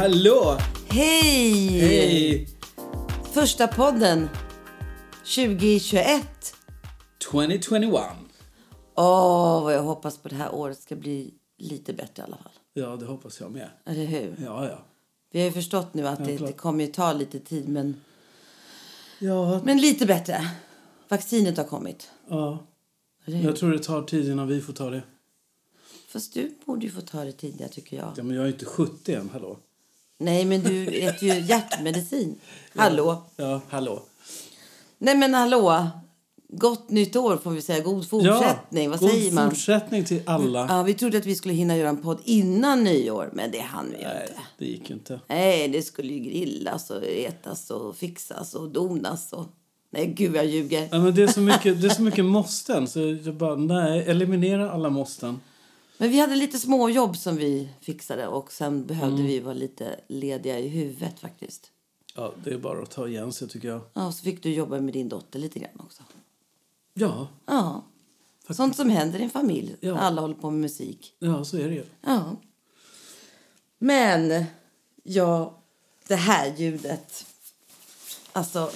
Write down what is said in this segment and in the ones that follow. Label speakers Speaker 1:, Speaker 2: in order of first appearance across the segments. Speaker 1: Hallå!
Speaker 2: Hej!
Speaker 1: Hej!
Speaker 2: Första podden 2021.
Speaker 1: 2021.
Speaker 2: Åh, vad jag hoppas på det här året ska bli lite bättre i alla fall.
Speaker 1: Ja, det hoppas jag med.
Speaker 2: Eller hur?
Speaker 1: Ja, ja.
Speaker 2: Vi har ju förstått nu att det,
Speaker 1: klart.
Speaker 2: det kommer ju ta lite tid, men,
Speaker 1: Ja,
Speaker 2: men lite bättre. Vaccinet har kommit.
Speaker 1: ja.
Speaker 2: Eller hur?
Speaker 1: Jag tror det tar tid innan vi får ta det.
Speaker 2: Fast du borde ju få ta det tidigare, tycker jag.
Speaker 1: Ja, men jag är inte 70 än, hallå.
Speaker 2: Nej, men du äter ju hjärtmedicin. Hallå!
Speaker 1: Ja, hallå.
Speaker 2: Nej, men hallå! Gott nytt år, får vi säga. God fortsättning.
Speaker 1: Ja,
Speaker 2: Vad
Speaker 1: god
Speaker 2: säger man? Mm.
Speaker 1: fortsättning till alla.
Speaker 2: Ja, vi trodde att vi skulle hinna göra en podd innan nyår, men det hann vi ju
Speaker 1: Nej,
Speaker 2: inte.
Speaker 1: det gick ju inte.
Speaker 2: Nej, det skulle ju grillas och ätas och fixas och donas och... Nej, gud jag ljuger.
Speaker 1: Ja, men det, är så mycket, det är så mycket måsten, så jag bara, nej, eliminera alla måsten.
Speaker 2: Men vi hade lite småjobb som vi fixade och sen behövde vi vara lite lediga i huvudet faktiskt.
Speaker 1: Ja, det är bara att ta igen sig, tycker jag.
Speaker 2: Ja, och så fick du jobba med din dotter lite grann också.
Speaker 1: Ja,
Speaker 2: Ja, sånt som händer i en familj.
Speaker 1: Ja.
Speaker 2: Alla håller på med musik.
Speaker 1: ja så är det ju.
Speaker 2: Ja. Men, ja, det här ljudet. Alltså...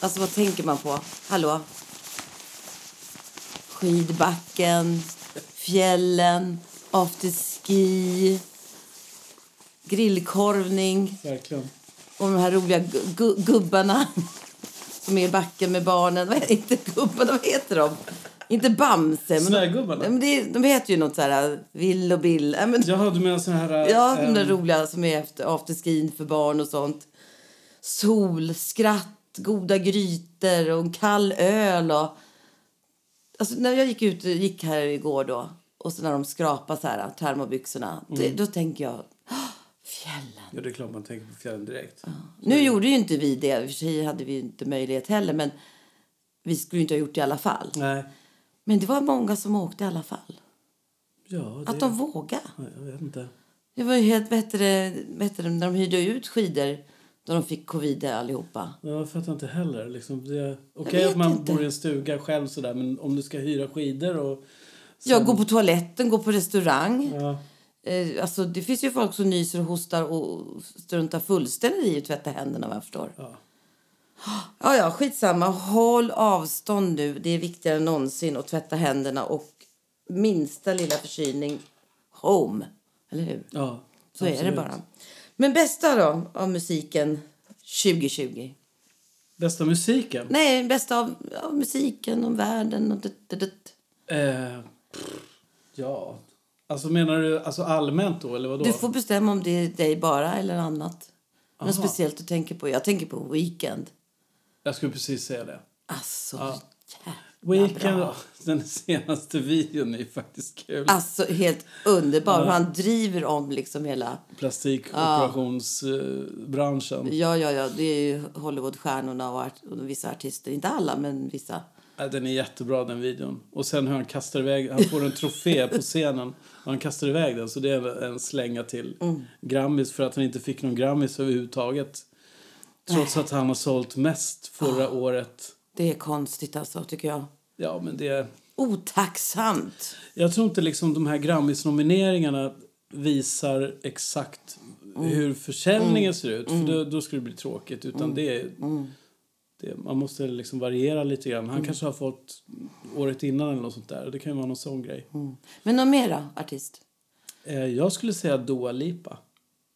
Speaker 2: Alltså, vad tänker man på? Hallå? Skidbacken, fjällen, afterski grillkorvning
Speaker 1: Verkligen.
Speaker 2: och de här roliga gu- gu- gubbarna som är i backen med barnen. Vad heter, inte gubbarna, vad heter de? Inte Bamse. men-
Speaker 1: Snögubbarna?
Speaker 2: Nej, Men det, är- de heter ju något så här Vill och Bill. Nej, Men, ja,
Speaker 1: Jaha, du menar såna här... äh,
Speaker 2: de där
Speaker 1: ähm,
Speaker 2: roliga som är efter afterskin för barn och sånt. Sol, skratt, goda grytor och en kall öl. Och... Alltså, när jag gick ut gick här igår då och så när de skrapar så här termobyxorna, det, då tänker jag "Åh, fjällen.
Speaker 1: Ja, det är klart man tänker på fjällen direkt.
Speaker 2: Nu gjorde ju inte vi det, I och för sig hade vi ju inte möjlighet heller, men vi skulle ju inte ha gjort det i alla fall.
Speaker 1: Nej.
Speaker 2: Men det var många som åkte i alla fall.
Speaker 1: Ja, det...
Speaker 2: Att de vågade.
Speaker 1: Nej, Jag vet inte.
Speaker 2: Det var ju helt bättre, bättre när de hyrde ut skidor då de fick covid allihopa.
Speaker 1: Jag fattar inte heller. Liksom, det är okej
Speaker 2: vet
Speaker 1: att man
Speaker 2: inte.
Speaker 1: bor i en stuga själv sådär, men om du ska hyra skidor och...
Speaker 2: Jag går på toaletten, går på restaurang.
Speaker 1: Ja,
Speaker 2: Eh, Alltså, det finns ju folk som nyser och hostar och struntar fullständigt i att tvätta händerna vad jag förstår.
Speaker 1: ja.
Speaker 2: Ja, ja, skitsamma. Håll avstånd nu. Det är viktigare än någonsin att tvätta händerna och minsta lilla förkylning home. Eller hur?
Speaker 1: ja
Speaker 2: Så är det
Speaker 1: absolut.
Speaker 2: bara. Men bästa då av musiken 2020?
Speaker 1: Bästa musiken?
Speaker 2: Nej, bästa av, av musiken och världen och dutt, dutt, dutt.
Speaker 1: Eh, pff, ja. Alltså menar du alltså allmänt då, eller vadå?
Speaker 2: Du får bestämma om det är dig bara eller annat.
Speaker 1: Aha.
Speaker 2: Något speciellt du tänker på. Jag tänker på Weekend.
Speaker 1: Jag skulle precis säga det.
Speaker 2: Alltså,
Speaker 1: Ja.
Speaker 2: jävla
Speaker 1: Weekend,
Speaker 2: bra.
Speaker 1: den senaste videon är faktiskt kul.
Speaker 2: Alltså, helt underbar. Hur han driver om liksom hela...
Speaker 1: eh, Plastikoperationsbranschen.
Speaker 2: Ja, ja, ja. Det är ju Hollywoodstjärnorna och, art- och vissa artister. Inte alla, men vissa.
Speaker 1: Ja, Äh, den är jättebra den videon. Och sen hur han kastar iväg, han får en trofé på scenen och han kastar iväg den så det är en slänga till Grammis för att han inte fick någon Grammis överhuvudtaget. Trots att han har sålt mest förra året.
Speaker 2: Det är konstigt alltså, tycker jag.
Speaker 1: Ja men det,
Speaker 2: Otacksamt!
Speaker 1: jag tror inte liksom de här Grammis-nomineringarna visar exakt
Speaker 2: Mm.
Speaker 1: hur försäljningen ser ut för då, då skulle det bli tråkigt utan
Speaker 2: Mm.
Speaker 1: det, är- det man måste liksom variera lite grann.
Speaker 2: Mm.
Speaker 1: Han kanske har fått året innan eller något sånt där det kan ju vara någon sån grej.
Speaker 2: Mm. Men någon mera artist?
Speaker 1: Eh, Jag skulle säga Dua Lipa.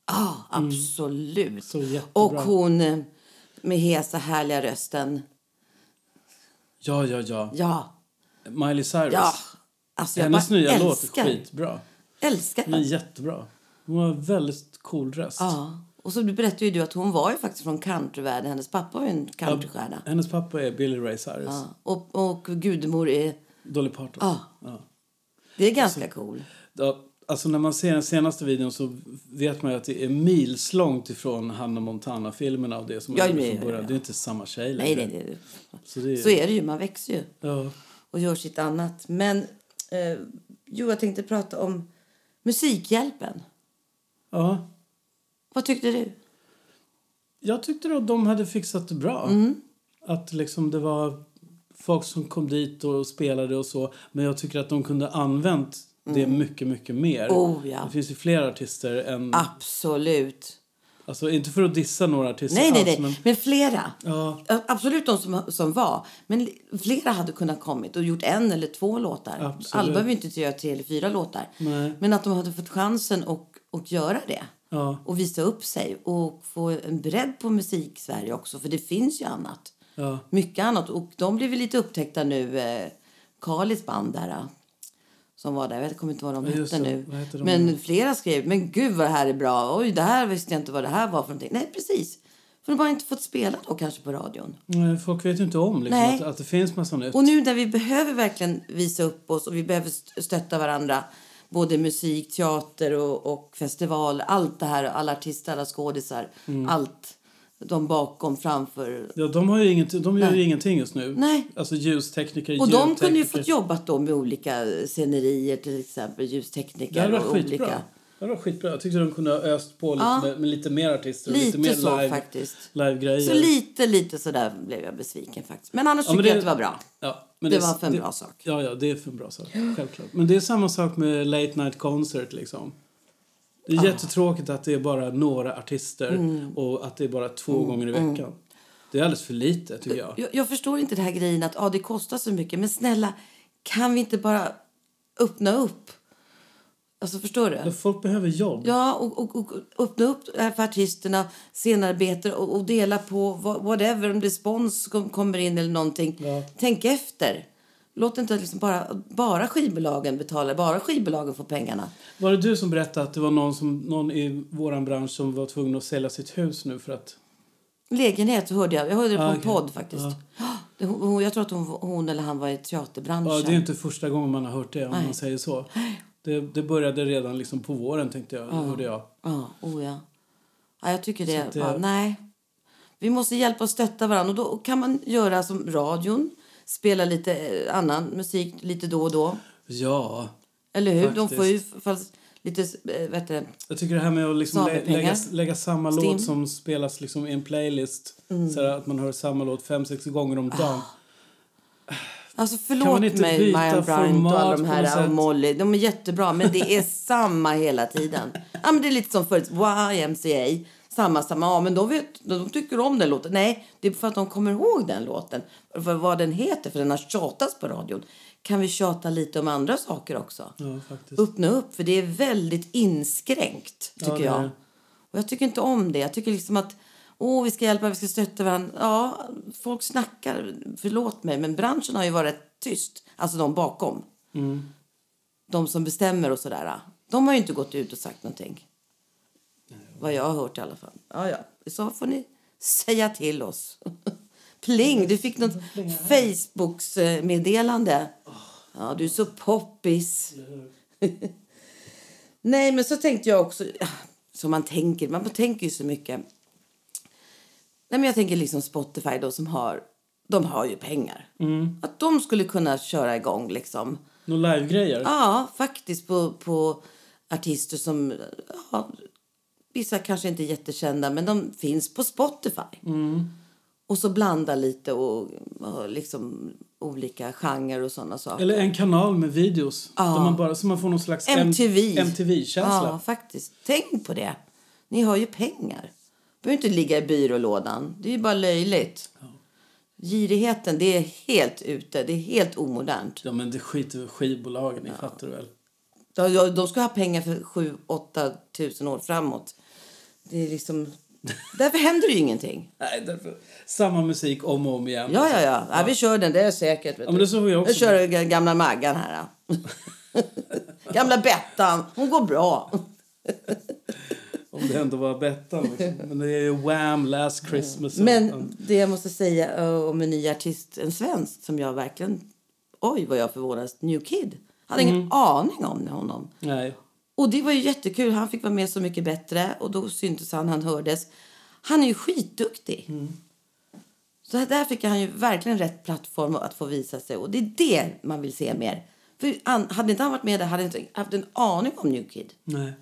Speaker 2: Ja, absolut.
Speaker 1: Mm. Så jättebra.
Speaker 2: och hon eh, med hesa, härliga rösten.
Speaker 1: Ja, ja, ja.
Speaker 2: Ja,
Speaker 1: Miley Cyrus.
Speaker 2: ja. Alltså, jag
Speaker 1: Hennes
Speaker 2: bara
Speaker 1: nya låt
Speaker 2: älskar,
Speaker 1: är skitbra.
Speaker 2: Älskar
Speaker 1: Den är
Speaker 2: den.
Speaker 1: jättebra. Hon har en väldigt cool röst.
Speaker 2: Ja. Och så berättade ju du att hon var ju faktiskt från countryvärlden. Hennes pappa var ju en countrystjärna.
Speaker 1: Hennes pappa är Billy Ray Cyrus.
Speaker 2: Ja. Och, och gudmor är...
Speaker 1: Dolly Parton.
Speaker 2: Ja.
Speaker 1: Ja.
Speaker 2: Det är ganska cool.
Speaker 1: Ja, Alltså när man ser den senaste videon så vet man ju att det är milslångt ifrån Hanna Montana-filmerna och det som
Speaker 2: Ja,
Speaker 1: hon gjorde
Speaker 2: ja,
Speaker 1: från
Speaker 2: ja,
Speaker 1: början.
Speaker 2: ja.
Speaker 1: Det är inte samma tjej längre.
Speaker 2: Nej, nej, nej.
Speaker 1: Så det är,
Speaker 2: Så är det ju. Man växer ju
Speaker 1: Ja.
Speaker 2: och gör sitt annat. Men eh, jo, jag tänkte prata om Musikhjälpen.
Speaker 1: ja.
Speaker 2: Vad tyckte
Speaker 1: Mm.
Speaker 2: du?
Speaker 1: Jag tyckte då att de hade fixat det bra.
Speaker 2: Mm.
Speaker 1: Att liksom det var folk som kom dit och spelade och så. Men jag tycker att de kunde använt Det är mycket, mycket mer.
Speaker 2: Mm. Oh, ja. Ah.
Speaker 1: Det finns ju fler artister än...
Speaker 2: Absolut.
Speaker 1: Alltså inte för att dissa några artister
Speaker 2: Nej, nej,
Speaker 1: alls,
Speaker 2: nej.
Speaker 1: men...
Speaker 2: Men flera.
Speaker 1: Ja.
Speaker 2: Absolut de som, som var. Men li- flera hade kunnat kommit och gjort en eller två låtar.
Speaker 1: Absolut.
Speaker 2: Alla behöver ju inte göra tre eller fyra låtar.
Speaker 1: Nej.
Speaker 2: Men att de hade fått chansen och, och göra det.
Speaker 1: Ja.
Speaker 2: Och visa upp sig och få en bredd på musik-Sverige också. För det finns ju annat.
Speaker 1: Ja.
Speaker 2: Mycket annat. Och de blev ju lite upptäckta nu. Eh, Kalis band där. eh, Som var där. Jag vet- kommer inte ihåg vad de
Speaker 1: Ja, just
Speaker 2: hette
Speaker 1: det.
Speaker 2: nu.
Speaker 1: Vad heter de
Speaker 2: Men flera skrev. Men gud vad det här är bra. Oj, det här visste jag inte vad det här var för någonting. Nej, precis. För de har inte fått spela då kanske på radion.
Speaker 1: Nej, Folk vet ju inte om liksom,
Speaker 2: Nej.
Speaker 1: att, att det finns massa nytt.
Speaker 2: Och nu när vi behöver verkligen visa upp oss och vi behöver st- stötta varandra. Både musik, teater och, och festival. Allt det här. Alla artister, alla skådisar.
Speaker 1: Mm.
Speaker 2: Allt. De bakom, framför.
Speaker 1: Ja, de, har ju inget, de gör ju
Speaker 2: Nej.
Speaker 1: ingenting just nu.
Speaker 2: Nej.
Speaker 1: Alltså ljustekniker,
Speaker 2: Och de kunde ju
Speaker 1: ljudtekniker.
Speaker 2: fått jobbat då med olika eh, scenerier till exempel.
Speaker 1: Det hade
Speaker 2: Ljustekniker
Speaker 1: varit
Speaker 2: och
Speaker 1: skitbra.
Speaker 2: olika.
Speaker 1: Det hade varit skitbra. Jag tyckte de kunde ha öst på lite
Speaker 2: Ja.
Speaker 1: med, med lite mer artister. och lite
Speaker 2: Lite
Speaker 1: mer
Speaker 2: så
Speaker 1: live,
Speaker 2: faktiskt.
Speaker 1: live-grejer.
Speaker 2: Så lite, lite sådär blev jag besviken faktiskt. Men annars
Speaker 1: Ja, men
Speaker 2: tycker jag
Speaker 1: det-
Speaker 2: att det var bra.
Speaker 1: Ja, men
Speaker 2: Det
Speaker 1: är-
Speaker 2: var för en bra sak.
Speaker 1: Ja, ja, det är för en bra sak. Självklart. Men det är samma sak med late night concert liksom. Det
Speaker 2: Ah.
Speaker 1: är jättetråkigt att det är bara några artister
Speaker 2: Mm.
Speaker 1: och att det är bara två gånger i veckan. Det är alldeles för lite tycker jag.
Speaker 2: Jag, jag förstår inte det här grejen att ah, det kostar så mycket. Men snälla, kan vi inte bara öppna upp? Alltså förstår du?
Speaker 1: Folk behöver jobb.
Speaker 2: Ja, och, och, och öppna upp det här för artisterna, scenarbete och, och dela på wha- whatever, om det är spons kom, kommer in eller någonting.
Speaker 1: Ja.
Speaker 2: Tänk efter. Låt inte liksom bara, bara skivbolagen betala, bara skivbolagen får pengarna.
Speaker 1: Var det du som berättade att det var någon, som, någon i våran bransch som var tvungen att sälja sitt hus nu för att...
Speaker 2: Lägenhet hörde jag, jag hörde det på
Speaker 1: Ah,
Speaker 2: en
Speaker 1: okej.
Speaker 2: podd faktiskt. Det- Hon, jag tror att hon, hon eller han var i teaterbranschen.
Speaker 1: Ja, det är ju inte första gången man har hört det om man säger så. Det, det började redan liksom på våren tänkte jag, hörde jag.
Speaker 2: Ja, oh ja. ja jag tycker det.
Speaker 1: att det-
Speaker 2: Ja, nej. Vi måste hjälpa och stötta varandra. Och då kan man göra som radion, spela lite eh, annan musik lite då och då.
Speaker 1: Ja,
Speaker 2: Eller hur? De
Speaker 1: Faktiskt.
Speaker 2: får ju f- fast lite... eh, Vet du,
Speaker 1: Jag tycker det här med att liksom lä-
Speaker 2: Samepengar.
Speaker 1: lägga, lägga samma
Speaker 2: Stim.
Speaker 1: låt som spelas liksom i en playlist. Så här, att man hör samma låt fem, sex gånger om dagen.
Speaker 2: alltså
Speaker 1: Kan man
Speaker 2: förlåt
Speaker 1: inte
Speaker 2: mig,
Speaker 1: byta
Speaker 2: Marianne Bryant och alla
Speaker 1: format
Speaker 2: de
Speaker 1: på något
Speaker 2: här
Speaker 1: sätt?
Speaker 2: och Molly. De är jättebra, men det är samma hela tiden. Ja, men det är lite som förut, YMCA. Samma, samma. Ja, men de, vet, de tycker om den låten. Nej, det är för att de kommer ihåg den låten. För vad den heter, för den har tjatats på radion. Kan vi tjata lite om andra saker också?
Speaker 1: Ja, faktiskt.
Speaker 2: öppna upp. För det är väldigt inskränkt, tycker
Speaker 1: det är
Speaker 2: jag.
Speaker 1: det.
Speaker 2: Och jag tycker inte om det. Jag tycker liksom att åh, vi ska hjälpa, vi ska stötta varandra. Ja, folk snackar, förlåt mig, men branschen har ju varit tyst. Alltså de bakom. De som bestämmer och sådär. De har ju inte gått ut och sagt någonting. Vad jag har hört i alla fall. Ja, ja. I Så får ni säga till oss. Pling! Du fick något Facebooks-meddelande. Ja, du är så poppis. Nej, men så tänkte jag också... Som man tänker. Man tänker ju så mycket. Nej, men jag tänker liksom Spotify då som har... De har ju pengar. Att de skulle kunna köra igång liksom.
Speaker 1: Några live-grejer.
Speaker 2: Ja, faktiskt på, på artister som... Ja, vissa kanske inte är jättekända, men de finns på Spotify.
Speaker 1: Mm.
Speaker 2: Och så blanda lite och, och liksom olika genrer och såna saker.
Speaker 1: Eller en kanal med videos. Där man bara, så man får någon slags M-
Speaker 2: MTV. Ja, Ah.
Speaker 1: MTV-känsla.
Speaker 2: faktiskt. Tänk på det. Ni har ju pengar. Du behöver inte ligga i byrålådan. Det är ju bara löjligt. Girigheten, det är helt ute. Det är helt omodernt.
Speaker 1: Ja, men det skiter väl skivbolagen i, fattar du väl?
Speaker 2: De, de- de ska ha pengar för 7-8 tusen år framåt. Det är liksom... Därför händer det ju ingenting.
Speaker 1: Nej, därför. Samma musik om och om igen.
Speaker 2: Ja, ja, ja. ja vi kör den, det är säkert. Vet
Speaker 1: men det såg jag också.
Speaker 2: Nu kör jag gamla Maggan här. ja. gamla Bettan, hon går bra.
Speaker 1: Om det ändå var Bettan. Liksom. Men det är ju Wham! Last Christmas.
Speaker 2: Men det jag måste säga eh, om en ny artist, en svensk som jag verkligen... Oj, vad jag förvånades. New Kid. Hade
Speaker 1: Mm.
Speaker 2: ingen aning om honom.
Speaker 1: Nej.
Speaker 2: Och det var ju jättekul. Han fick vara med Så mycket bättre och då syntes han, han hördes. Han är ju skitduktig. Så här- där fick han ju verkligen rätt plattform att få visa sig och det är det man vill se mer. För han, hade inte han varit med där hade jag inte haft en aning om New Kid.
Speaker 1: Nej.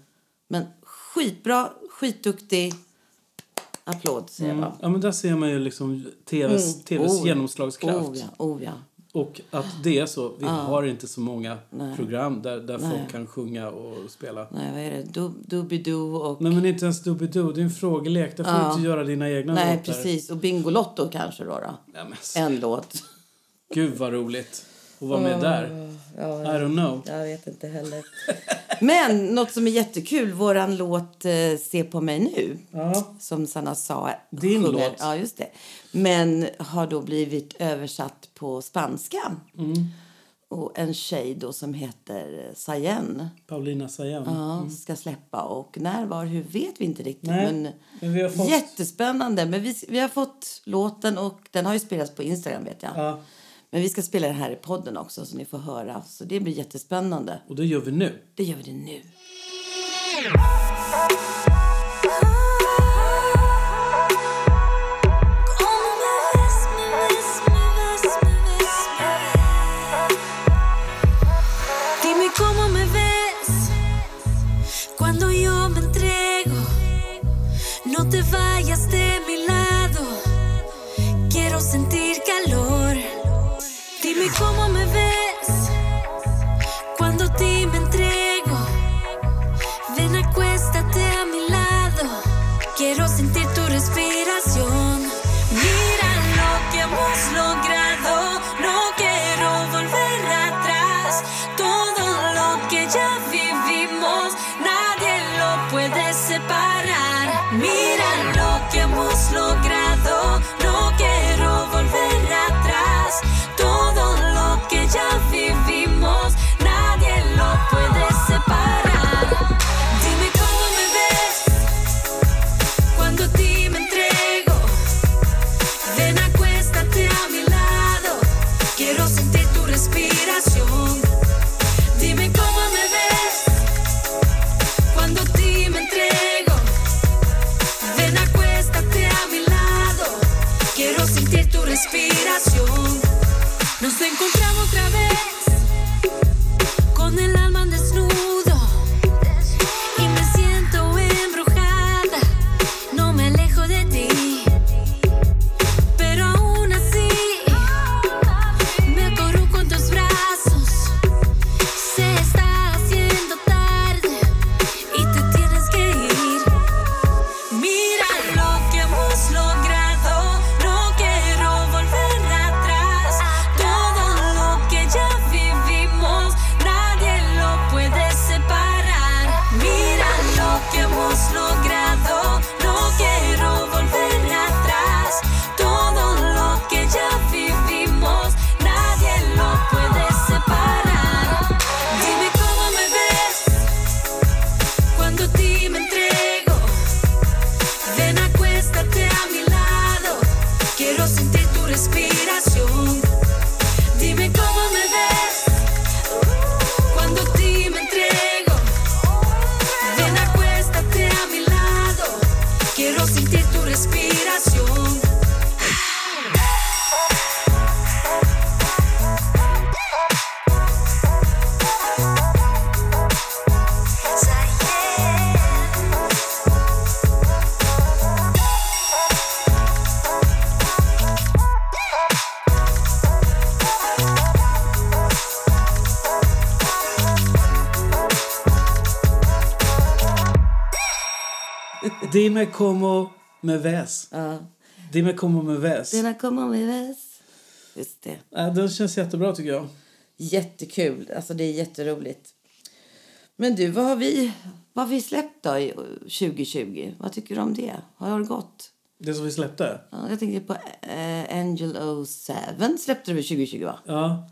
Speaker 2: Men skitbra, skitduktig. Applåd säger jag bara.
Speaker 1: Mm. Ja, men där ser man ju liksom TVs, TVs
Speaker 2: Oh.
Speaker 1: genomslagskraft.
Speaker 2: Oh ja, oh ja.
Speaker 1: Och att det är så. Vi har inte så många program där, där folk kan sjunga och spela.
Speaker 2: Nej, vad är det? Dub- Doobidoo och...
Speaker 1: Nej, men inte ens Doobidoo. Det är en frågelek. Där får du inte göra dina egna
Speaker 2: nej,
Speaker 1: låtar.
Speaker 2: precis. Och Bingolotto kanske då. då.
Speaker 1: Nej, men, s-
Speaker 2: En låt.
Speaker 1: gud vad roligt att vara med där. I
Speaker 2: Ja,
Speaker 1: don't know.
Speaker 2: jag vet inte heller. Men något som är jättekul, våran låt eh, Se på mig nu.
Speaker 1: Ja.
Speaker 2: Som Sanna sa.
Speaker 1: Din låt.
Speaker 2: Ja, just det. Men har då blivit översatt på spanska.
Speaker 1: Mm.
Speaker 2: Och en tjej då som heter Sayen
Speaker 1: Paulina Sayan.
Speaker 2: ja, ska släppa. Och när, var, hur vet vi inte riktigt.
Speaker 1: Mm. Nej,
Speaker 2: Men
Speaker 1: men vi har fått-
Speaker 2: Jättespännande. Men vi, vi har fått låten och den har ju spelats på Instagram vet jag.
Speaker 1: Ja.
Speaker 2: Men vi ska spela den här i podden också så ni får höra. Så det blir jättespännande.
Speaker 1: Och det gör vi nu.
Speaker 2: Det gör vi det nu.
Speaker 3: Como me ves, me ves, me ves, me ves, me ves. Dime cómo me ves cuando yo me entrego. No te vayas de mi lado, quiero sentir calor. Dime cómo me ves cuando a ti me entrego. Ven, acuéstate a mi lado. Quiero sentir tu respiración. Mira lo que hemos logrado. No quiero volver atrás. Todo lo que ya vivimos, nadie lo puede separar. Mira lo que hemos logrado. No quiero volver atrás. Todo lo que ya vivimos, nadie lo puede separar. Dime cómo me ves cuando a ti me entrego. Ven, acuéstate a mi lado. Quiero sentir tu respiración. Dime cómo me ves cuando a ti me entrego. Ven, acuéstate a mi lado. Quiero sentir tu respiración. Nos encontramos otra vez con el alma desnudo. Y me siento embrujada, no me alejo de ti. Pero aún así, me acorro con tus brazos. Se está haciendo tarde y te tienes que ir. Mira lo que hemos logrado, no quiero volver atrás. Todo lo que ya vivimos, nadie lo puede separar. Mira lo que hemos logrado, no quiero volver atrás. Todo lo que ya vivimos, nadie lo puede separar. Dime cómo me ves cuando a ti me entrego. Ven, acuéstate a mi lado. Quiero sentir tu respiración. Dime cómo me ves cuando a ti me entrego. Ven, acuéstate a mi lado. Quiero sentir tu respiración.
Speaker 1: Dime como me ves.
Speaker 2: Ja.
Speaker 1: Dime como me ves. Den,
Speaker 2: Dina kommer med väs. Just det.
Speaker 1: den känns jättebra tycker jag.
Speaker 2: Jättekul. Alltså det är jätteroligt. Men du, vad har vi, vad har vi släppt då i eh, 2020? Vad tycker du om det? Har det gått?
Speaker 1: Det som vi släppte.
Speaker 2: Ja, Jag tänker på eh, Angel O7 släppte du väl 2020 va?
Speaker 1: Ja,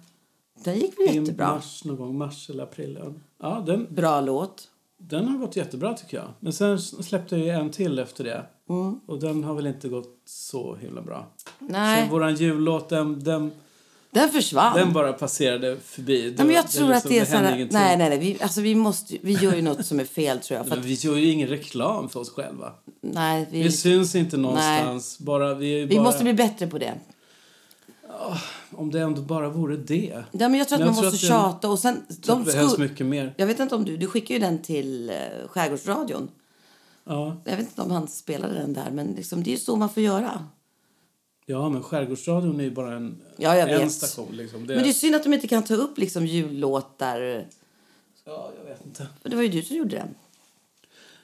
Speaker 2: Den gick väl
Speaker 1: i
Speaker 2: jättebra?
Speaker 1: mars någon gång. Mars eller april. ja. Ja, den,
Speaker 2: Bra låt.
Speaker 1: den har gått jättebra tycker jag. Men sen släppte jag ju en till efter det.
Speaker 2: Mm.
Speaker 1: Och den har väl inte gått så himla bra.
Speaker 2: Nej,
Speaker 1: Så våran jullåt, den, den,
Speaker 2: den försvann.
Speaker 1: den bara passerade förbi.
Speaker 2: nej, men jag tror att det är
Speaker 1: sådana...
Speaker 2: sådana... Nej, nej, nej. Vi, alltså, vi, måste, ju- vi gör ju något som är fel tror jag. För att,
Speaker 1: Vi gör ju ingen reklam för oss själva.
Speaker 2: nej, vi,
Speaker 1: Vi syns inte någonstans. Bara, vi är ju
Speaker 2: vi
Speaker 1: bara...
Speaker 2: måste bli bättre på det.
Speaker 1: Om det ändå bara vore det.
Speaker 2: Ja, men jag tror
Speaker 1: Men jag
Speaker 2: att man
Speaker 1: tror
Speaker 2: måste
Speaker 1: att det-
Speaker 2: tjata. Och sen,
Speaker 1: De
Speaker 2: de
Speaker 1: det behövs
Speaker 2: skulle-
Speaker 1: mycket mer.
Speaker 2: Jag vet inte om du, du skickar ju den till eh, Skärgårdsradion.
Speaker 1: Ja.
Speaker 2: Jag vet inte om han spelade den där, men liksom, det är ju så man får göra.
Speaker 1: Ja, men Skärgårdsradion är ju bara en,
Speaker 2: Ja, jag
Speaker 1: en
Speaker 2: vet.
Speaker 1: station. Liksom. Det,
Speaker 2: Men det är synd att de inte kan ta upp liksom jullåtar.
Speaker 1: Ja, jag vet inte.
Speaker 2: Men det var ju du som gjorde den.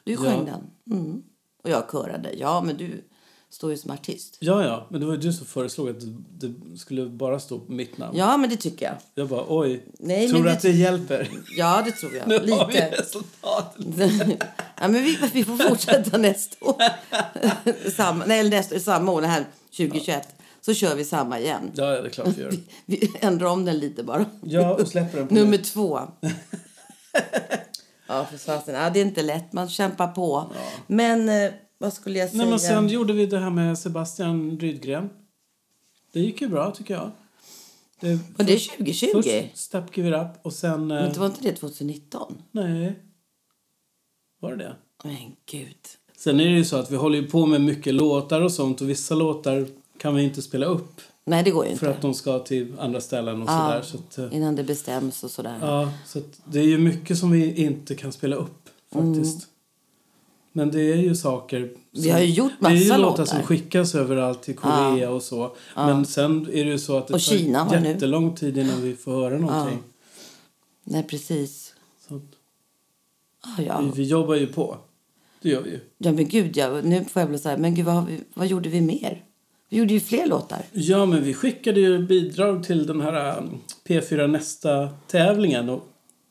Speaker 2: Du
Speaker 1: Ja.
Speaker 2: sjöng den. Mm. Och jag körade. Ja, men du står ju som artist.
Speaker 1: Ja, ja, men det var ju du som föreslog att det skulle bara stå mitt namn.
Speaker 2: Ja, men det tycker jag.
Speaker 1: Jag bara, oj,
Speaker 2: Nej,
Speaker 1: tror
Speaker 2: men
Speaker 1: du
Speaker 2: det-
Speaker 1: att det hjälper?
Speaker 2: Ja, det tror jag.
Speaker 1: Nu har vi
Speaker 2: Lite.
Speaker 1: resultat.
Speaker 2: ja, men vi, vi får fortsätta nästa år. samma, nej, eller nästa, samma år, det här 2021. Så kör vi samma igen.
Speaker 1: Ja, ja, det är klart vi gör.
Speaker 2: Vi ändrar om den lite bara.
Speaker 1: Ja, och släpper den på
Speaker 2: Nummer två. ja, för fasen. Ja, det är inte lätt. Man kämpar på. Men eh, vad skulle jag säga?
Speaker 1: Nej, men sen gjorde vi det här med Sebastian Rydgren. Det gick ju bra, tycker jag. Det,
Speaker 2: Men det är 2020.
Speaker 1: först Step Give It Up och sen... eh,
Speaker 2: Men det var inte det 2019?
Speaker 1: Nej. Var det det?
Speaker 2: Men gud.
Speaker 1: Sen är det ju så att vi håller ju på med mycket låtar och sånt och vissa låtar kan vi inte spela upp
Speaker 2: Nej, det går ju inte.
Speaker 1: för att de ska till andra ställen och
Speaker 2: Ah.
Speaker 1: sådär. Så att, eh,
Speaker 2: Innan det bestäms och sådär.
Speaker 1: ja, så att det är ju mycket som vi inte kan spela upp faktiskt. Men det är ju saker... Som,
Speaker 2: Mm. Vi har ju gjort
Speaker 1: Det är ju
Speaker 2: massa
Speaker 1: låtar
Speaker 2: låtar. Ah.
Speaker 1: som skickas överallt till Korea och så. Men sen är det ju så att det
Speaker 2: Och Kina var nu. Ah.
Speaker 1: jättelång tid innan vi får höra någonting.
Speaker 2: Nej, precis.
Speaker 1: Så att
Speaker 2: Ah, ja.
Speaker 1: vi, vi jobbar ju på. Det gör vi ju.
Speaker 2: ja, men gud. Ja. Nu får jag bli så här, men gud, vad, har vi, vad gjorde vi mer? Vi gjorde ju fler låtar.
Speaker 1: Ja, men vi skickade ju bidrag till den här um, P4 Nästa-tävlingen och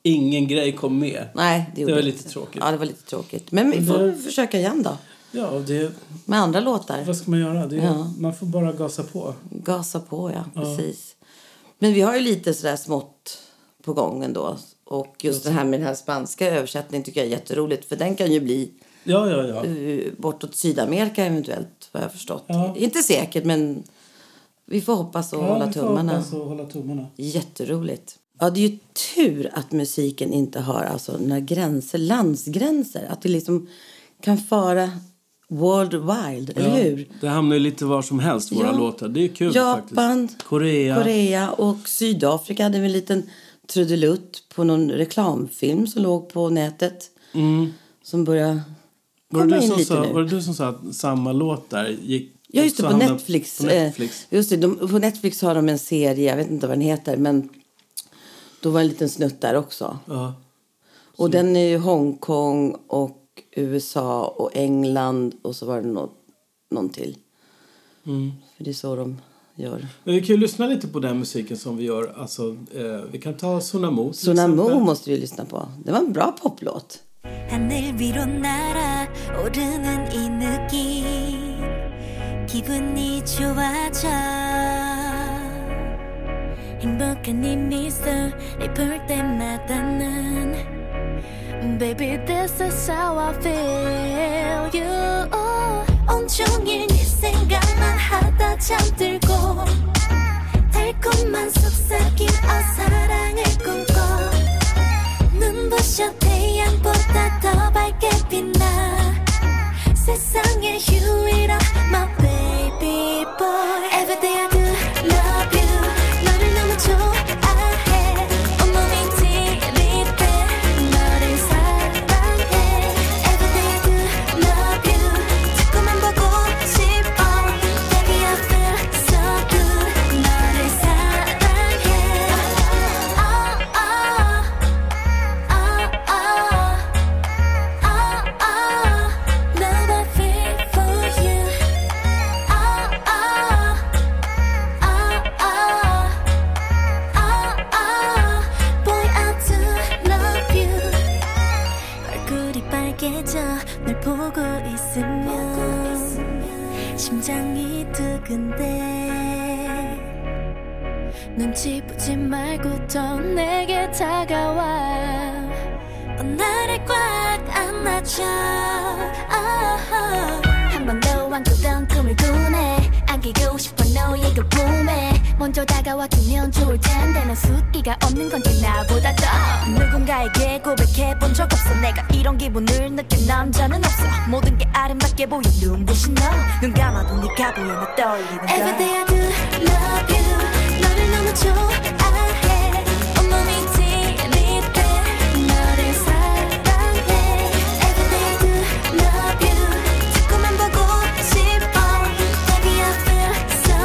Speaker 1: ingen grej kom med.
Speaker 2: Nej, det, gjorde
Speaker 1: var
Speaker 2: vi
Speaker 1: lite
Speaker 2: inte.
Speaker 1: tråkigt.
Speaker 2: Ja, det var lite tråkigt. Men vi får försöka igen då.
Speaker 1: Ja, och det,
Speaker 2: Med andra låtar.
Speaker 1: vad ska man göra? Det,
Speaker 2: Ja.
Speaker 1: Man får bara gasa på.
Speaker 2: Gasa på, ja. Precis. Men vi har ju lite sådär smått på gång ändå. Och just det här med den här spanska översättningen tycker jag är jätteroligt. För den kan ju bli
Speaker 1: Ja, ja, ja.
Speaker 2: eh, bortåt Sydamerika eventuellt, vad jag har förstått.
Speaker 1: Ja.
Speaker 2: Inte säkert, men vi får hoppas och
Speaker 1: ja,
Speaker 2: hålla
Speaker 1: vi får
Speaker 2: tummarna.
Speaker 1: hoppas och hålla tummarna.
Speaker 2: Jätteroligt. Ja, det är ju tur att musiken inte har alltså, några gränser, landsgränser. Att det liksom kan föra worldwide, eller hur?
Speaker 1: Det hamnar ju lite var som helst, våra
Speaker 2: Ja.
Speaker 1: låtar. Det är kul
Speaker 2: Japan,
Speaker 1: faktiskt. Korea.
Speaker 2: Korea och Sydafrika hade vi en liten trudelutt på någon reklamfilm som låg på nätet. Som börjar
Speaker 1: Mm. Var
Speaker 2: komma
Speaker 1: det, du
Speaker 2: in
Speaker 1: som
Speaker 2: lite
Speaker 1: sa,
Speaker 2: nu.
Speaker 1: var det du som sa att samma låt där gick
Speaker 2: Ja, just det,
Speaker 1: också
Speaker 2: på
Speaker 1: hamnade
Speaker 2: Netflix.
Speaker 1: På Netflix.
Speaker 2: Eh, just det, de, på Netflix har de en serie, jag vet inte vad den heter, men då var en liten snutt där också.
Speaker 1: Ja.
Speaker 2: Och den är ju Hongkong och USA och England och så var det nå, någon till. För det är så de gör.
Speaker 1: Men vi kan ju lyssna lite på den musiken som vi gör. Alltså, eh, vi kan ta Sonamo till
Speaker 2: Sonamo
Speaker 1: exempel.
Speaker 2: måste vi lyssna på. Det var en bra poplåt.
Speaker 3: 하늘 위로 날아오르는 이 느낌 기분이 좋아져 행복한 이 미소를 볼 때마다 난 Baby this is how I feel you 온종일 네 생각만 하다 잠들고 달콤한 속삭임 어 사랑을 꿈꿔 눈부셔 태양보다 더 밝게 빛나 세상의 유일한 my baby boy Every day I do love you 너를 너무 좋아해 온몸이 들이대 너를 사랑해 Every day I do love you 자꾸만 보고 싶어 Baby I feel so good 너를 사랑해 oh, oh, oh. 널 보고 있으면 심장이 두근대 눈치 보지 말고 더 내게 다가와 어, 나를 꽉 안아줘 한 번 더 왕꾸던 꿈을 꾸네 안기고 싶어 너의 그 봄에 먼저 다가와주면 좋을 텐데 넌 숫기가 없는 건지 나보다 더 누군가에게 고백해 본 적 없어 내가 이런 기분을 느낀 남자는 없어 모든 게 아름답게 보여 눈부신 너눈 감아도 네가 보여 나 떨리는 걸 Every day I do love you 너를 너무 좋아해 온몸이 들이대 너를 사랑해 Every day I do love you 자꾸만 보고 싶어 Baby I feel so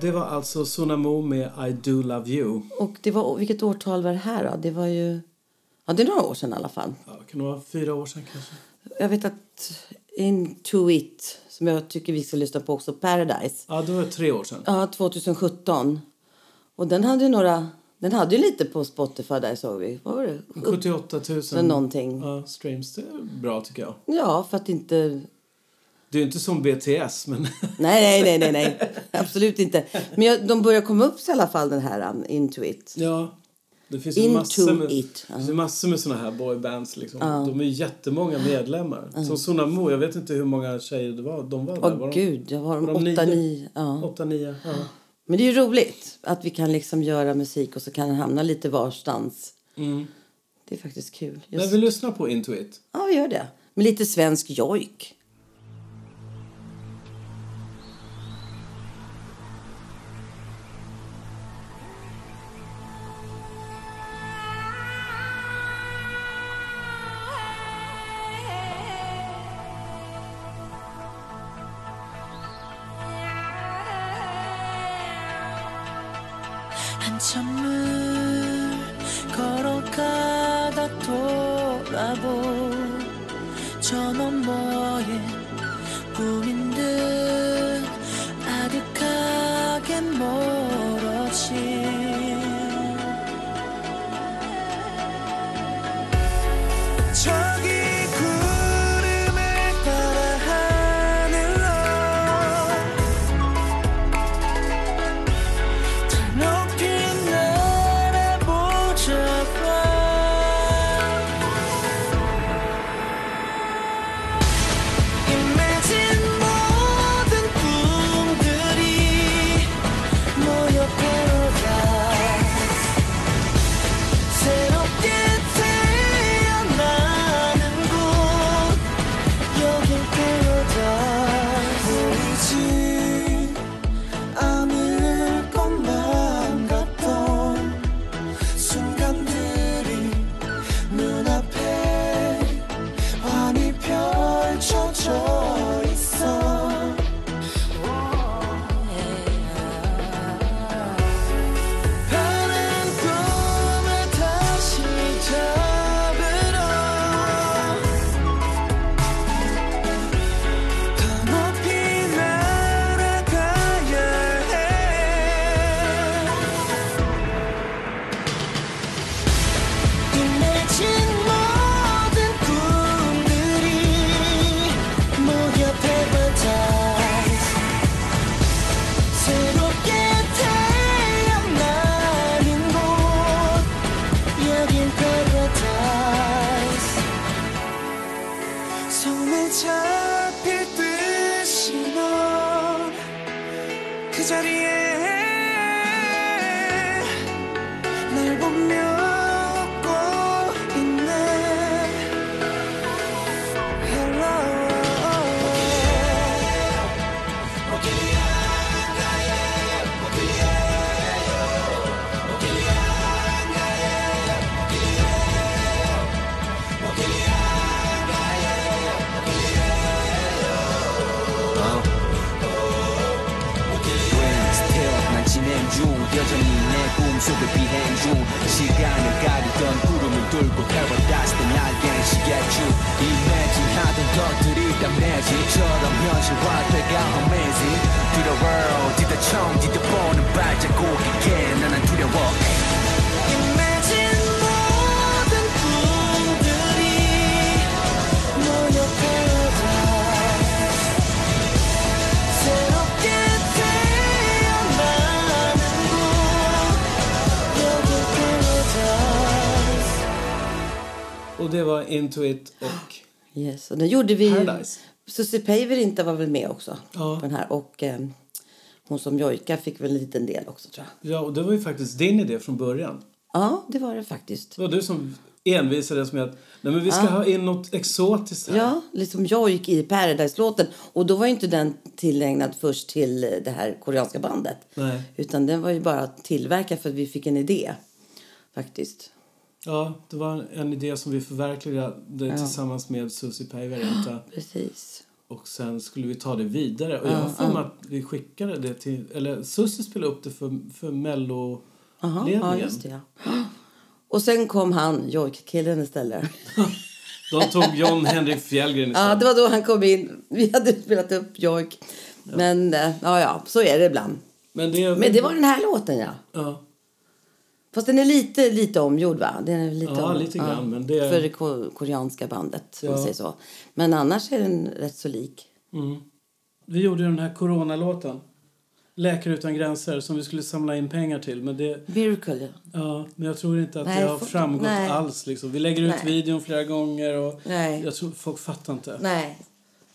Speaker 1: Det var alltså Sunamo med I Do Love You.
Speaker 2: Och det var, vilket årtal var det här då? Det var ju... Ja, det är några år sedan i alla fall.
Speaker 1: Ja, det kan det vara fyra år sedan kanske?
Speaker 2: Jag vet att Intuit, som jag tycker vi ska lyssna på också, Paradise.
Speaker 1: Ja, det var tre år sedan.
Speaker 2: Ja, 2017. Och den hade ju några... Den hade ju lite på Spotify där såg vi. Vad var det?
Speaker 1: 78
Speaker 2: Eller
Speaker 1: 000
Speaker 2: någonting.
Speaker 1: ja, streams. Det är bra tycker jag.
Speaker 2: Ja, för att inte...
Speaker 1: Det är ju inte som BTS men...
Speaker 2: Nej, nej, nej, nej, nej. Absolut inte. Men jag, de börjar komma upp sig i alla fall den här um, Intuit.
Speaker 1: ja. Det finns ju
Speaker 2: Into
Speaker 1: massor med,
Speaker 2: it.
Speaker 1: det finns ju massor med såna här boybands liksom. De är ju jättemånga medlemmar. Som Sonamo, jag vet inte hur många tjejer det var. De var där.
Speaker 2: Åh
Speaker 1: var de-
Speaker 2: gud, jag var de
Speaker 1: var de
Speaker 2: åtta,
Speaker 1: nio?
Speaker 2: nio. Ja.
Speaker 1: Åtta, nio. Ja.
Speaker 2: Men det är ju roligt att vi kan liksom göra musik och så kan den hamna lite varstans. Det är faktiskt kul.
Speaker 1: Mm. Men
Speaker 2: Just...
Speaker 1: vi lyssnar på Intuit.
Speaker 2: Ja, vi gör det. Med lite svensk jojk.
Speaker 4: 한참을 걸어가다 돌아본 저 너머의 꿈인 듯 아득하게 멀어진 저기 구름에 따라 하늘로 높이 날아보자봐 임해진 모든 꿈들이 모여 걸어가 새롭게 태어나는 곳 여긴 깨어다 보이지 않을 것만 같던 순간들이 눈앞에 환히 펼쳐져 있어 파란 꿈을 다시 잡으러 더 높이 날아가야 해 임해진 모든 꿈들이 모여 패러다이스 새롭게 태어나는 곳 여긴 패러다이스 손에 잡힐 듯이 뭐? 넌그 자리에 날 보며 웃고 있네 Hello
Speaker 5: When still 난 진행 중 여전히 내 꿈속에 비행 중 시간을 가리던 구름을 뚫고 paradise 때 날개시겠지 Imagine 하던 것들이 다 매직처럼 현실화돼가 amazing To the world 디다 처음 디다 보는 발자국에게 난안 두려워
Speaker 4: 임해진 모든 꿈들이 모여 패러다이스 새롭게 태어나는 곳 여긴 패러다이스
Speaker 1: Och det var Intuit och...
Speaker 2: Yes. Och den gjorde vi ju...
Speaker 1: Paradise.
Speaker 2: Susie Päivärinta var väl med också.
Speaker 1: Ja.
Speaker 2: På den här. Och eh, hon som jojkar fick väl en liten del också tror jag.
Speaker 1: Ja, och det var ju faktiskt din idé från början.
Speaker 2: Ja, det var det faktiskt.
Speaker 1: Det var du som envisades med att nej men vi ska ha in något exotiskt här.
Speaker 2: Ja, liksom jojk i Paradise-låten. Och då var ju inte den tillägnad först till eh, det här koreanska bandet.
Speaker 1: Nej.
Speaker 2: Utan den var ju bara tillverkad för att vi fick en idé. Faktiskt.
Speaker 1: Ja, det var en idé som vi förverkligade tillsammans med Susie Päivärinta.
Speaker 2: Precis.
Speaker 1: och sen skulle vi ta det vidare. Och jag har för mig att vi skickade det till, eller Susie spelade upp det för, för
Speaker 2: Aha,
Speaker 1: melloledningen.
Speaker 2: ja, just det. Ja. Och sen kom han, Jojk-killen istället.
Speaker 1: De tog John Henrik Fjällgren
Speaker 2: Ja,
Speaker 1: istället.
Speaker 2: det var då han kom in. Vi hade spelat upp Jojk. Men eh, ja, ja, så är det ibland.
Speaker 1: Men det...
Speaker 2: Men det var den här låten, ja.
Speaker 1: Ja.
Speaker 2: Fast den är lite, lite omgjord, va? Den är lite
Speaker 1: Ja,
Speaker 2: om,
Speaker 1: lite grann, men det-
Speaker 2: För det ko- koreanska bandet, om
Speaker 1: Ja.
Speaker 2: man säger så. Men annars är den rätt så lik.
Speaker 1: Mm. Vi gjorde ju den här coronalåten. Läkare utan gränser som vi skulle samla in pengar till. Men det...
Speaker 2: Miracle, ja.
Speaker 1: Ja, men jag tror inte att
Speaker 2: Nej,
Speaker 1: det har
Speaker 2: folk-
Speaker 1: framgått
Speaker 2: nej.
Speaker 1: alls. Liksom. Vi lägger ut
Speaker 2: Nej.
Speaker 1: videon flera gånger och
Speaker 2: Nej.
Speaker 1: jag tror folk fattar inte.
Speaker 2: Nej.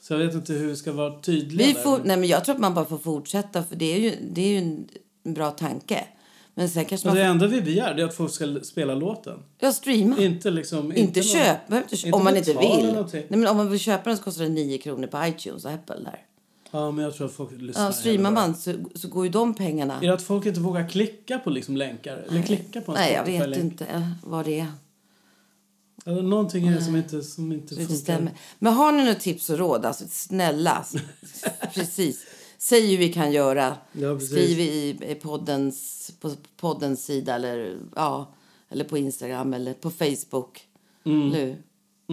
Speaker 1: Så jag vet inte hur vi ska vara tydliga
Speaker 2: Vi
Speaker 1: där.
Speaker 2: får, nej, men jag tror att man bara får fortsätta, för det är ju, det är ju en, en bra tanke. Men sen kanske
Speaker 1: Och det
Speaker 2: man får
Speaker 1: enda vi begär det är att folk ska spela låten.
Speaker 2: ja, streama.
Speaker 1: Inte liksom...
Speaker 2: Inte
Speaker 1: någon-
Speaker 2: köp, behöver inte köpa, om man
Speaker 1: betala
Speaker 2: inte vill.
Speaker 1: någonting.
Speaker 2: Nej, men om man vill köpa den så kostar den 9 kronor på iTunes och Apple där.
Speaker 1: Ja, men jag tror att folk lyssnar.
Speaker 2: Ja, streamar
Speaker 1: hellre.
Speaker 2: man så, så går ju de pengarna.
Speaker 1: Är det att folk inte vågar klicka på liksom länkar? Eller klicka på en
Speaker 2: Nej, jag vet
Speaker 1: Spotify-länk?
Speaker 2: inte eh, vad det är.
Speaker 1: Eller någonting är det som inte, som inte
Speaker 2: Det
Speaker 1: funkar.
Speaker 2: inte stämmer. Men har ni något tips och råd, alltså snälla, precis. Säg hur vi kan göra.
Speaker 1: Ja, precis.
Speaker 2: Skriv i i poddens, på poddens sida eller, ja, eller på Instagram eller på Facebook.
Speaker 1: Mm.
Speaker 2: Nu.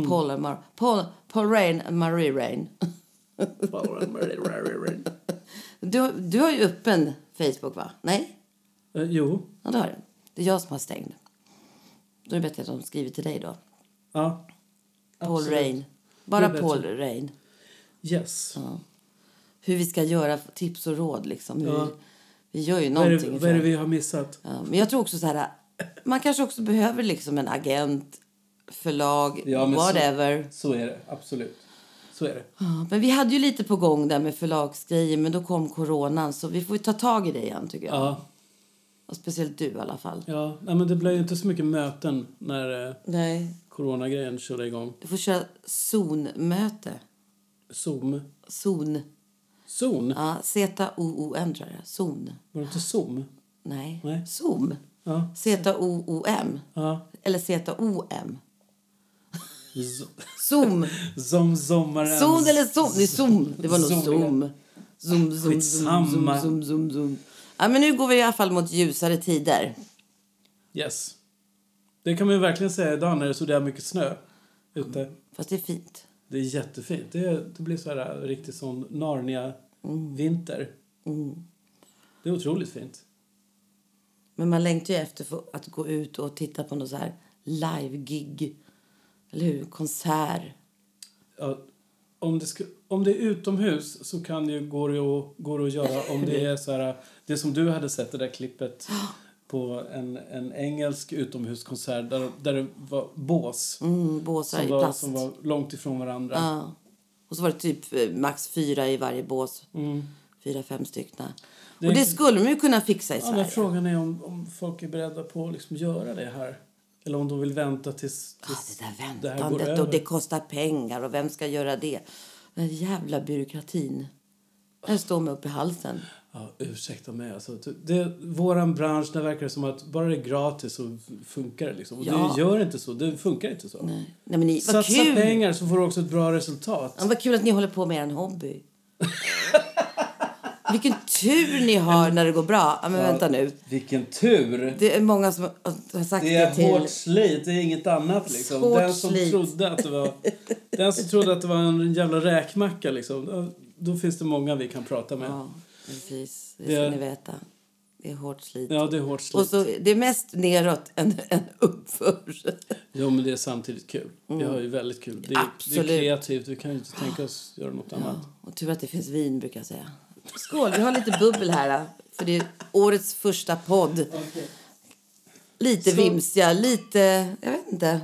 Speaker 2: Paul, and Mar- Paul, Paul Rain and Marie Rain. Du, du har ju öppen Facebook, va? Nej?
Speaker 1: Eh, Jo.
Speaker 2: Ja, det har du. Det är jag som har stängd. Då är det bättre att de skriver till dig då.
Speaker 1: Ja.
Speaker 2: Paul
Speaker 1: Absolut.
Speaker 2: Rain.
Speaker 1: Det
Speaker 2: Bara
Speaker 1: är bättre.
Speaker 2: Paul Rain.
Speaker 1: Yes.
Speaker 2: Hur vi ska göra tips och råd liksom. Hur
Speaker 1: Ja.
Speaker 2: vi, vi gör ju
Speaker 1: Vad är, det,
Speaker 2: någonting.
Speaker 1: vad är det
Speaker 2: ifrån.
Speaker 1: vi har missat?
Speaker 2: ja, men jag tror också så här. Man kanske också behöver liksom en agent, förlag,
Speaker 1: Ja, men så-
Speaker 2: whatever.
Speaker 1: Så är det, absolut. Så är det.
Speaker 2: Ja, Men vi hade ju lite på gång där med förlagsgrejer men då kom coronan så vi får ju ta tag i det igen tycker jag.
Speaker 1: Ja.
Speaker 2: Och speciellt du i alla fall.
Speaker 1: ja. Nej, men det blev ju inte så mycket möten när eh,
Speaker 2: Nej.
Speaker 1: coronagrejen körde igång.
Speaker 2: Du får köra zonmöte.
Speaker 1: Zoom.
Speaker 2: Zon.
Speaker 1: Zon?
Speaker 2: Ja, Z-O-O-M tror jag det är. Zon.
Speaker 1: Var det inte Zoom?
Speaker 2: Nej.
Speaker 1: Nej.
Speaker 2: Zoom.
Speaker 1: Ja.
Speaker 2: Z-O-O-M.
Speaker 1: ja.
Speaker 2: Eller Z-O-M.
Speaker 1: Z-
Speaker 2: Zoom.
Speaker 1: som sommaren.
Speaker 2: Zoom eller zoom? Det är zoom. Det var nog
Speaker 1: Zoom.
Speaker 2: zoom. Zoom, zoom, zoom, zoom,
Speaker 1: Skitsamma.
Speaker 2: zoom, zoom, zoom, zoom. Ja, men nu går vi i alla fall mot ljusare tider.
Speaker 1: Yes. Det kan man ju verkligen säga idag när det är så där mycket snö ute.
Speaker 2: Fast det är fint.
Speaker 1: Det är jättefint. Det, är- det blir så här riktigt sån Narnia-vinter. Det är otroligt fint.
Speaker 2: Men man längtar ju efter för att gå ut och titta på något så här live-gig. Eller hur? Konsert.
Speaker 1: Ja, om, det sku, om det är utomhus så kan det ju, går det ju att, går det att göra om det är så här, det som du hade sett det där klippet på en, en engelsk utomhuskonsert där, där det var bås
Speaker 2: Mm, båsar
Speaker 1: som,
Speaker 2: i
Speaker 1: var,
Speaker 2: plast.
Speaker 1: som var långt ifrån varandra.
Speaker 2: Ja. Och så var det typ eh, max fyra i varje bås. Fyra, fem stycken.
Speaker 1: Mm. Det-
Speaker 2: och det skulle de ju kunna fixa i
Speaker 1: Ja, men
Speaker 2: Sverige.
Speaker 1: frågan är om, om folk är beredda på att liksom göra det här. Eller om de vill vänta tills,
Speaker 2: Ja,
Speaker 1: tills
Speaker 2: det där
Speaker 1: det här går
Speaker 2: väntandet
Speaker 1: över.
Speaker 2: och det kostar pengar och vem ska göra det? Den jävla byråkratin. Den står mig upp i halsen.
Speaker 1: Ja, ursäkta mig. Alltså, det, våran bransch, där verkar det som att bara det är gratis så funkar det. Liksom. Och
Speaker 2: Ja.
Speaker 1: det gör inte så. Det funkar inte så.
Speaker 2: Nej, men ni, vad
Speaker 1: Satsa
Speaker 2: kul!
Speaker 1: pengar så får du också ett bra resultat.
Speaker 2: Ja, vad kul att ni håller på med er hobby. Vilken tur ni har när det går bra. Ja, men vänta nu.
Speaker 1: Vilken tur!
Speaker 2: Det är många som har sagt
Speaker 1: Det
Speaker 2: det,
Speaker 1: är
Speaker 2: till...
Speaker 1: hårt slit, det är inget annat. Liksom.
Speaker 2: Hårt
Speaker 1: Den, som
Speaker 2: slit.
Speaker 1: trodde att det var, den som trodde att det var en jävla räkmacka, liksom, då, då finns det många vi kan prata med. Ja,
Speaker 2: Ja, precis. Det
Speaker 1: Det
Speaker 2: ska
Speaker 1: är-
Speaker 2: ni veta. Det är hårt slit.
Speaker 1: det är hårt slit.
Speaker 2: och så, det är mest neråt än, än uppför.
Speaker 1: Jo, men det är samtidigt kul. Vi har ju väldigt kul. Det är, det är
Speaker 2: Mm. Absolut.
Speaker 1: kreativt, vi kan ju inte tänka oss göra något annat.
Speaker 2: Och tur att det finns vin, brukar jag säga. Skål! Vi har lite bubbel här, för det är årets första podd. Lite
Speaker 1: Så-
Speaker 2: vimsiga, lite... Jag vet inte.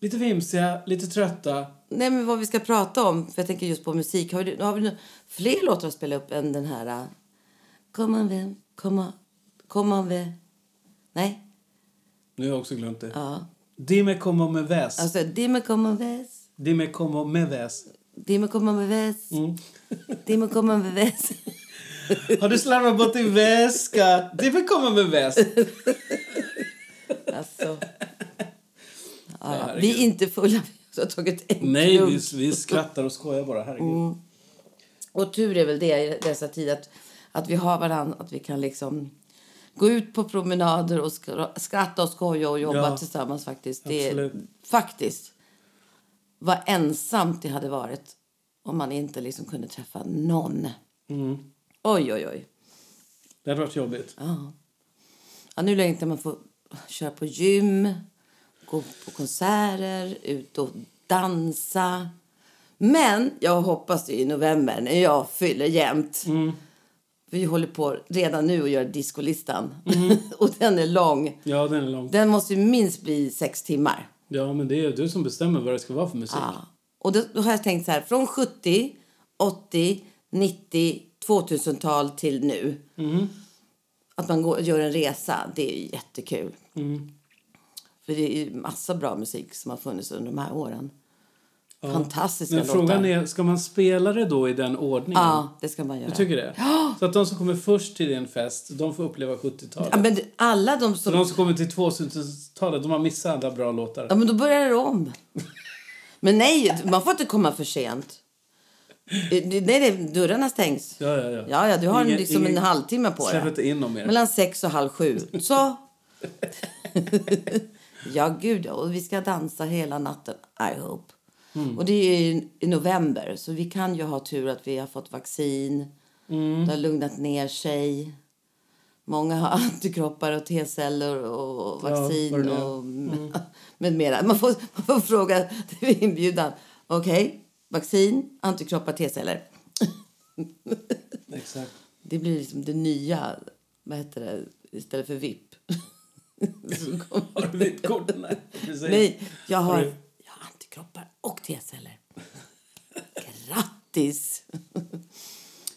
Speaker 1: Lite vimsiga, lite trötta.
Speaker 2: Nej, men vad vi ska prata om, för jag tänker just på musik. Har vi, har vi nå- fler låtar att spela upp än den här... äh, Kom an vem, komma, komma vem... Nej?
Speaker 1: Nu har jag också glömt det.
Speaker 2: Ja.
Speaker 1: Dime como me ves.
Speaker 2: Alltså, dimmer komma väs,
Speaker 1: Dime como me ves.
Speaker 2: dimmer komma med väs, dimmer komma med väs.
Speaker 1: Har du slarvat bort din väska? Dime como me ves.
Speaker 2: Alltså. Ja, ja.
Speaker 1: herregud.
Speaker 2: vi är inte fulla. Så jag har tagit en
Speaker 1: Nej,
Speaker 2: klunk.
Speaker 1: vi, vi skrattar och skojar bara. Herregud.
Speaker 2: Mm. Och tur är väl det i dessa tider att, att vi har varandra, att vi kan liksom gå ut på promenader och skra- skratta och skoja och jobba
Speaker 1: Ja.
Speaker 2: tillsammans faktiskt. Det är,
Speaker 1: Absolut.
Speaker 2: faktiskt. Vad ensamt det hade varit om man inte liksom kunde träffa någon.
Speaker 1: Mm.
Speaker 2: Oj, oj, oj.
Speaker 1: Det hade varit jobbigt.
Speaker 2: Ja. Ja, nu längtar man får köra på gym, gå på konserter, ut och dansa. Men jag hoppas det är i november när jag fyller jämnt. Vi håller på redan nu och gör diskolistan. och den är lång.
Speaker 1: Ja, den är lång.
Speaker 2: Den måste ju minst bli sex timmar.
Speaker 1: Ja, men det är du som bestämmer vad det ska vara för musik.
Speaker 2: Ja. Och då, då har jag tänkt så här, från 70, 80, 90, 2000-tal till nu.
Speaker 1: Mm.
Speaker 2: Att man går, gör en resa, det är ju jättekul.
Speaker 1: Mm.
Speaker 2: För det är ju massa bra musik som har funnits under de här åren. Fantastiska
Speaker 1: Men
Speaker 2: låtar.
Speaker 1: frågan är, ska man spela det då i den ordningen?
Speaker 2: Ja, det ska man göra.
Speaker 1: Du tycker det? Så att de som kommer först till din fest, de får uppleva 70-talet.
Speaker 2: ja, men det- alla de
Speaker 1: Så
Speaker 2: som...
Speaker 1: de som kommer till 2000-talet, de har missat alla bra låtar.
Speaker 2: Ja, men då börjar det om. men nej, man får inte komma för sent. Eh, det- Nej, det, dörrarna stängs.
Speaker 1: Ja, ja, ja.
Speaker 2: Ja, ja, du har en-
Speaker 1: Ingen-
Speaker 2: liksom
Speaker 1: ingen-
Speaker 2: en halvtimme på
Speaker 1: Släpp
Speaker 2: dig.
Speaker 1: inte in dem mer.
Speaker 2: Mellan sex och halv sju. Så. ja, gud ja. Och vi ska dansa hela natten. I hope.
Speaker 1: Mm.
Speaker 2: Och det är ju i november, så vi kan ju ha tur att vi har fått vaccin.
Speaker 1: Mm.
Speaker 2: Det har lugnat ner sig. Många har antikroppar och T-celler och
Speaker 1: vad det
Speaker 2: vaccin
Speaker 1: nu Mm. är.
Speaker 2: och med mera. Man får, man får fråga till inbjudan. Okej, vaccin, antikroppar, T-celler.
Speaker 1: Exakt.
Speaker 2: Det blir liksom det nya, vad heter det, istället för VIP.
Speaker 1: Har du VIP-kort? Nej, precis.
Speaker 2: Nej, jag har,
Speaker 1: Har du-
Speaker 2: jag har antikroppar och T-celler. Grattis!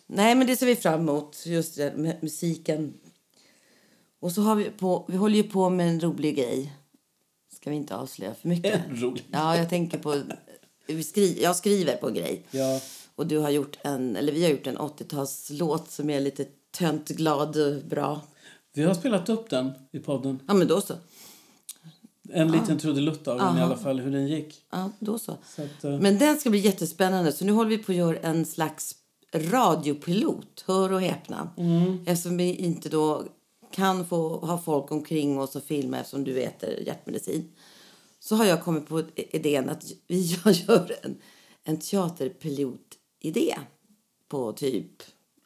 Speaker 2: Nej, men det ser vi fram emot, just det med musiken. Och så har vi på, vi håller ju på med en rolig grej. Ska vi inte avslöja för mycket?
Speaker 1: En rolig-
Speaker 2: Ja, jag tänker på, vi skri, jag skriver på en grej.
Speaker 1: Ja.
Speaker 2: Och du har gjort en, eller vi har gjort en 80-talslåt som är lite tönt, glad, bra.
Speaker 1: Vi har spelat upp den i podden.
Speaker 2: Ja, men då så.
Speaker 1: En liten trudelutt av den i alla fall, hur den gick.
Speaker 2: Ja, då så.
Speaker 1: Så att, eh,
Speaker 2: Men den ska bli jättespännande. Så nu håller vi på att göra en slags radiopilot. Hör och häpna.
Speaker 1: Mm.
Speaker 2: Eftersom vi inte då kan få ha folk omkring oss och filma eftersom du äter hjärtmedicin. Så har jag kommit på idén att vi gör en, en teaterpilotidé. På typ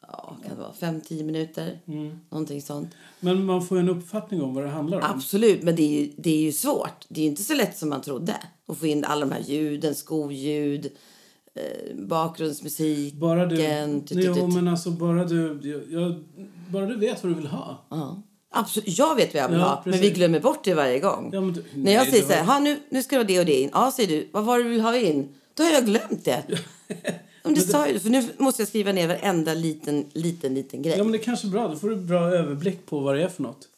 Speaker 2: ja, kan det vara 5-10 minuter.
Speaker 1: Mm.
Speaker 2: Någonting sånt.
Speaker 1: Men man får ju en uppfattning om vad det handlar om.
Speaker 2: Absolut, men det är, ju, det är ju svårt. Det är ju inte så lätt som man trodde att få in alla de här ljuden, skoljud, eh, bakgrundsmusiken.
Speaker 1: Bara du,
Speaker 2: tut, tut,
Speaker 1: jo,
Speaker 2: tut.
Speaker 1: men alltså bara du, jag, jag, bara du vet vad du vill ha.
Speaker 2: Ja. Absolut, jag vet vad jag vill
Speaker 1: Ja,
Speaker 2: ha, men vi
Speaker 1: precis.
Speaker 2: glömmer bort det varje gång.
Speaker 1: Ja, men du-
Speaker 2: När jag
Speaker 1: nej,
Speaker 2: säger
Speaker 1: du
Speaker 2: så här,
Speaker 1: har-
Speaker 2: "Ha, nu, nu ska det vara det och det in. Ja, säger du, vad var det du vill ha in? Då har jag glömt det. Om det sa jag ju, för nu måste jag skriva ner varenda liten, liten, liten grej.
Speaker 1: Ja, men det är kanske är bra. Då får du bra överblick på vad det är för något.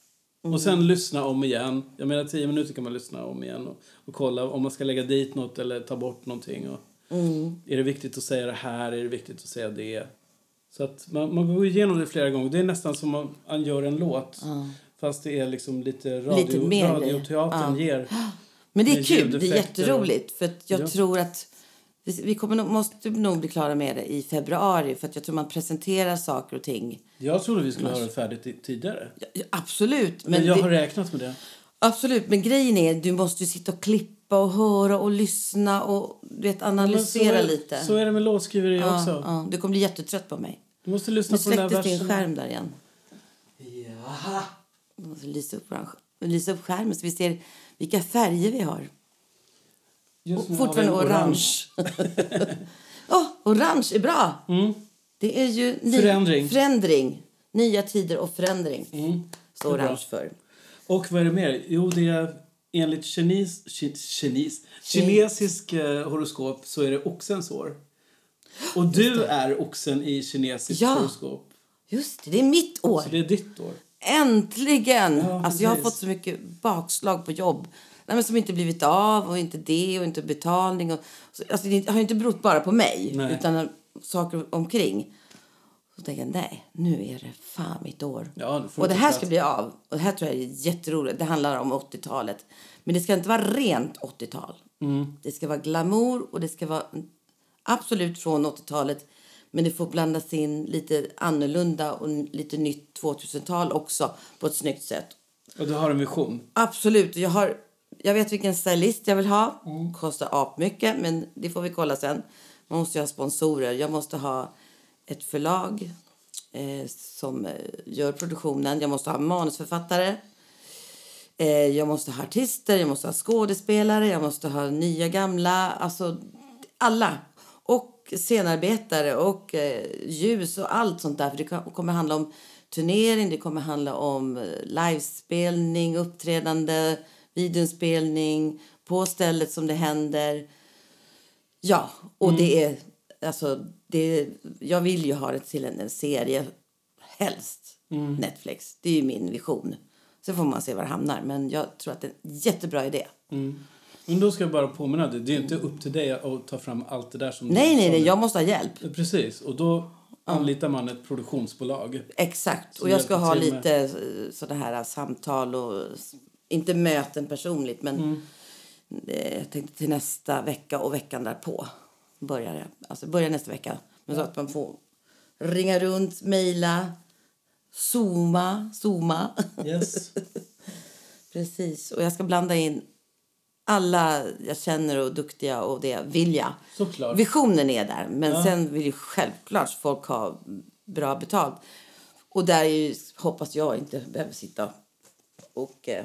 Speaker 2: Mm.
Speaker 1: Och sen lyssna om igen. Jag menar, tio minuter kan man lyssna om igen och, och kolla om man ska lägga dit något eller ta bort någonting. Och,
Speaker 2: Mm.
Speaker 1: Är det viktigt att säga det här? Är det viktigt att säga det? Så att man, man går igenom det flera gånger. Det är nästan som om man gör en låt. Fast det är liksom lite, radio,
Speaker 2: Lite mer grejer.
Speaker 1: radioteatern
Speaker 2: Ja.
Speaker 1: ger.
Speaker 2: Men det är
Speaker 1: Med
Speaker 2: kul, det är
Speaker 1: ljudeffekter och-
Speaker 2: jätteroligt. För att jag
Speaker 1: Ja.
Speaker 2: tror att vi vi kommer, nog- måste nog bli klara med det i februari. För att jag tror man presenterar saker och ting.
Speaker 1: Jag trodde vi skulle ha det färdigt i- tidigare.
Speaker 2: Ja, ja, absolut. Men,
Speaker 1: Men jag
Speaker 2: det,
Speaker 1: har räknat med det.
Speaker 2: absolut. Men grejen är, du måste ju sitta och klippa och höra och lyssna och du vet,
Speaker 1: Men så
Speaker 2: analysera
Speaker 1: är,
Speaker 2: lite.
Speaker 1: Så är det med låtskriveri
Speaker 2: ja,
Speaker 1: också.
Speaker 2: ja, du kommer bli jättetrött på mig.
Speaker 1: Du måste
Speaker 2: Nu
Speaker 1: lyssna på den där
Speaker 2: släcktes din
Speaker 1: versen.
Speaker 2: skärm där igen. Ja. måste lysa upp, våran sk- lysa upp skärmen så vi ser vilka färger vi har.
Speaker 1: Just nu har vi
Speaker 2: Fortfarande
Speaker 1: en
Speaker 2: orange. Åh, orange är bra! Det är ju ny-
Speaker 1: Mm. Förändring. Mm.
Speaker 2: förändring. Nya tider och förändring. Så
Speaker 1: Det är bra.
Speaker 2: orange för.
Speaker 1: Och vad är det mer? Jo, det är enligt kines, ki- kines, kinesisk eh, horoskop så är det oxens år. Och du är oxen i kinesiskt
Speaker 2: Ja.
Speaker 1: horoskop.
Speaker 2: Just det, det är mitt år.
Speaker 1: Så det är ditt år.
Speaker 2: Äntligen!
Speaker 1: Ja,
Speaker 2: alltså jag har
Speaker 1: precis.
Speaker 2: fått så mycket bakslag på jobb. Nej, men som inte blivit av och inte det och inte betalning. Och, så- alltså det har ju inte berott bara på mig
Speaker 1: Nej.
Speaker 2: utan saker omkring. Så tänkte jag, nej, nu är det fan mitt år.
Speaker 1: Ja, nu får
Speaker 2: och
Speaker 1: du
Speaker 2: det
Speaker 1: ta
Speaker 2: här
Speaker 1: plats.
Speaker 2: ska bli av. Och det här tror jag är jätteroligt. Det handlar om 80-talet. Men det ska inte vara rent 80-tal.
Speaker 1: Mm.
Speaker 2: Det ska vara glamour och det ska vara absolut från 80-talet. Men det får blandas in lite annorlunda och lite nytt 2000-tal också på ett snyggt sätt.
Speaker 1: Och du har en vision.
Speaker 2: Absolut. Jag, har, jag vet vilken stylist jag vill ha. Kostar apmycket, men det får vi kolla sen. Man måste ju ha sponsorer. Jag måste ha ett förlag eh, som eh, gör produktionen. Jag måste ha manusförfattare. Eh, jag måste ha artister, jag måste ha skådespelare, jag måste ha nya, gamla. Alltså, alla. Och scenarbetare och eh, ljus och allt sånt där. För Det kan- kommer handla om turnering, det kommer handla om eh, livespelning, uppträdande, videospelning, på stället som det händer. Ja, och det är... Alltså, det, jag vill ju ha det till en, en serie, helst Netflix. Det är ju min vision. Sen får man se var det hamnar, men jag tror att det är en jättebra idé.
Speaker 1: Men då ska jag bara påminna dig, det är ju inte upp till dig att ta fram allt det där som
Speaker 2: Nej,
Speaker 1: du
Speaker 2: nej,
Speaker 1: sa
Speaker 2: nej,
Speaker 1: nu.
Speaker 2: jag måste ha hjälp.
Speaker 1: Precis, och då anlitar man ett produktionsbolag.
Speaker 2: Exakt.
Speaker 1: Som
Speaker 2: och jag ska
Speaker 1: hjälper
Speaker 2: ha
Speaker 1: till med-
Speaker 2: lite eh, sådana här samtal och s- inte möten personligt men
Speaker 1: Mm.
Speaker 2: eh, jag tänkte till nästa vecka och veckan därpå börjar det. Alltså börjar nästa vecka. Men så att man får ringa runt, mejla, zooma, zooma.
Speaker 1: Yes.
Speaker 2: Precis. Och jag ska blanda in alla jag känner och duktiga och det vill jag.
Speaker 1: Såklart.
Speaker 2: Visionen är där, men sen vill ju självklart folk ha bra betalt. Och där är ju, hoppas jag inte behöver sitta och eh,